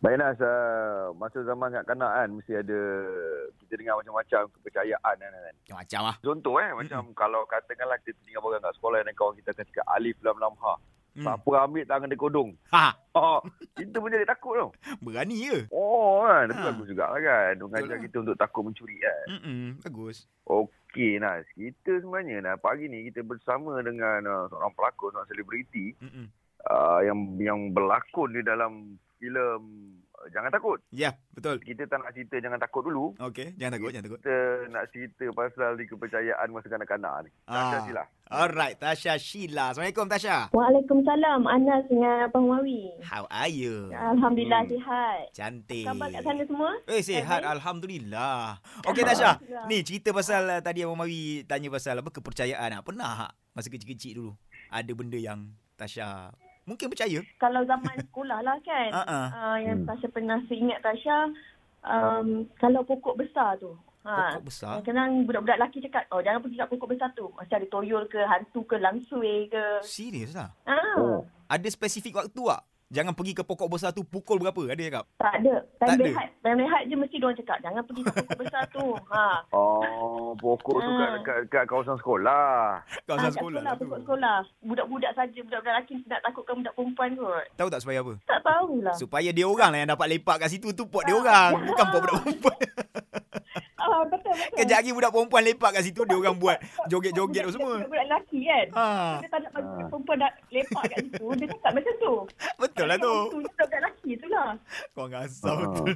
Baik Nas, uh, masa zaman kat kanak kan mesti ada kita dengar macam-macam kepercayaan kan. kan. Macam-macam lah. Contoh eh macam kalau katakanlah kita tinggal barang kat sekolah dan kawan kita akan cakap alif lam lam ha. Hmm. Siapa ambil tangan dia kodong. Ha, Ha, kita pun jadi takut tau. berani je. Oh kan, itu Ha. bagus juga lah kan. Mengajar lah. kita untuk takut mencuri kan. Mm-mm, bagus. Okey Nas, kita sebenarnya Nas, pagi ni kita bersama dengan uh, seorang pelakon, seorang selebriti Mm-mm. uh, yang yang berlakon di dalam filem uh, Jangan Takut. Ya, yeah, betul. Kita tak nak cerita Jangan Takut dulu. Okey, jangan takut, jangan takut. kita nak cerita pasal ni kepercayaan masa kanak-kanak ni. Ah. Ah. Sila. Alright, Tasha Sheila. Assalamualaikum, Tasha. Waalaikumsalam Anas dengan Abang Mawi. How are you? Alhamdulillah Hmm. hmm. sihat. Cantik. Khabar kat sana semua? Eh, sihat. Eh, baik. Alhamdulillah. Okey, Tasha. Alhamdulillah. Ni cerita pasal uh, tadi Abang Mari tanya pasal apa kepercayaan. Ah, Pernah tak masa kecil-kecil dulu ada benda yang Tasha mungkin percaya? Kalau zaman sekolah lah kan. Ha ah. Uh, yang Hmm. Tasha pernah seingat Tasha um, kalau pokok besar tu. Ha. Pokok besar. Kadang-kadang budak-budak lelaki cakap, oh jangan pergi kat pokok besar tu. Mesti ada toyol ke, hantu ke, langsui ke. Serius lah. Ha. Oh. Oh. Ada spesifik waktu tak? Jangan pergi ke pokok besar tu pukul berapa? Ada cakap? Tak ada. Tak Time ada. rehat. Time rehat je mesti diorang cakap, jangan pergi kat pokok besar tu. Ha. Oh, pokok tu kat, Ah. kat, kat kawasan sekolah. Kau Ah, ha, kat sekolah, sekolah, tu. pokok sekolah. Budak-budak saja, budak-budak lelaki nak takutkan budak perempuan kot. Tahu tak supaya apa? Tak tahulah. Supaya dia orang lah yang dapat lepak kat situ tu pot dia orang. Bukan pot budak perempuan. Ah, betul, betul. Kejap lagi budak perempuan lepak kat situ dia orang buat joget-joget apa semua. Budak lelaki kan. Ha, Dia tak nak bagi Ah. perempuan nak lepak kat situ. Dia cakap macam tu. betul lah tu. Itu budak lelaki tu lah. Kau ngasal Ah. betul.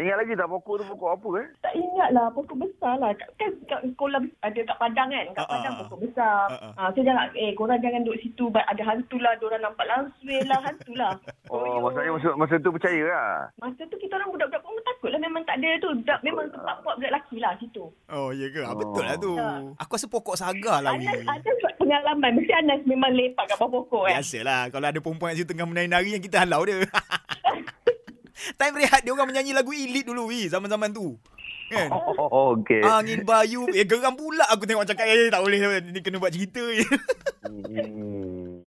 Ingat lagi tak pokok tu pokok apa eh? Tak ingat lah. Pokok besar lah. Kat- Kan kat sekolah ada kat Padang kan. Kat Ah, Padang ah, pokok besar. Ah, ah. Ah, so jangan, eh korang jangan duduk situ. Ba- Ada hantu lah. Diorang nampak langsui lah. Hantu lah. Oh, Koyok. maksudnya masa, masa tu percaya lah. Masa tu kita orang budak-budak pun takut lah. Memang tak ada tu. Budak, memang tempat buat budak lelaki lah situ. Oh, ya ke? Ah, Oh. Betul lah tu. Ya. Aku rasa pokok saga lah. Anas, weh. Anas buat pengalaman. Mesti Anas memang lepak kat bawah pokok Ya, kan. Biasalah kalau ada perempuan kat situ tengah menari-nari yang kita halau dia. Time rehat dia orang menyanyi lagu Elite dulu weh zaman-zaman tu. Kan? Oh, okey. Angin Eh, bayu Eh geram pula aku tengok cakap Eh tak boleh Ni kena buat cerita je Hmm.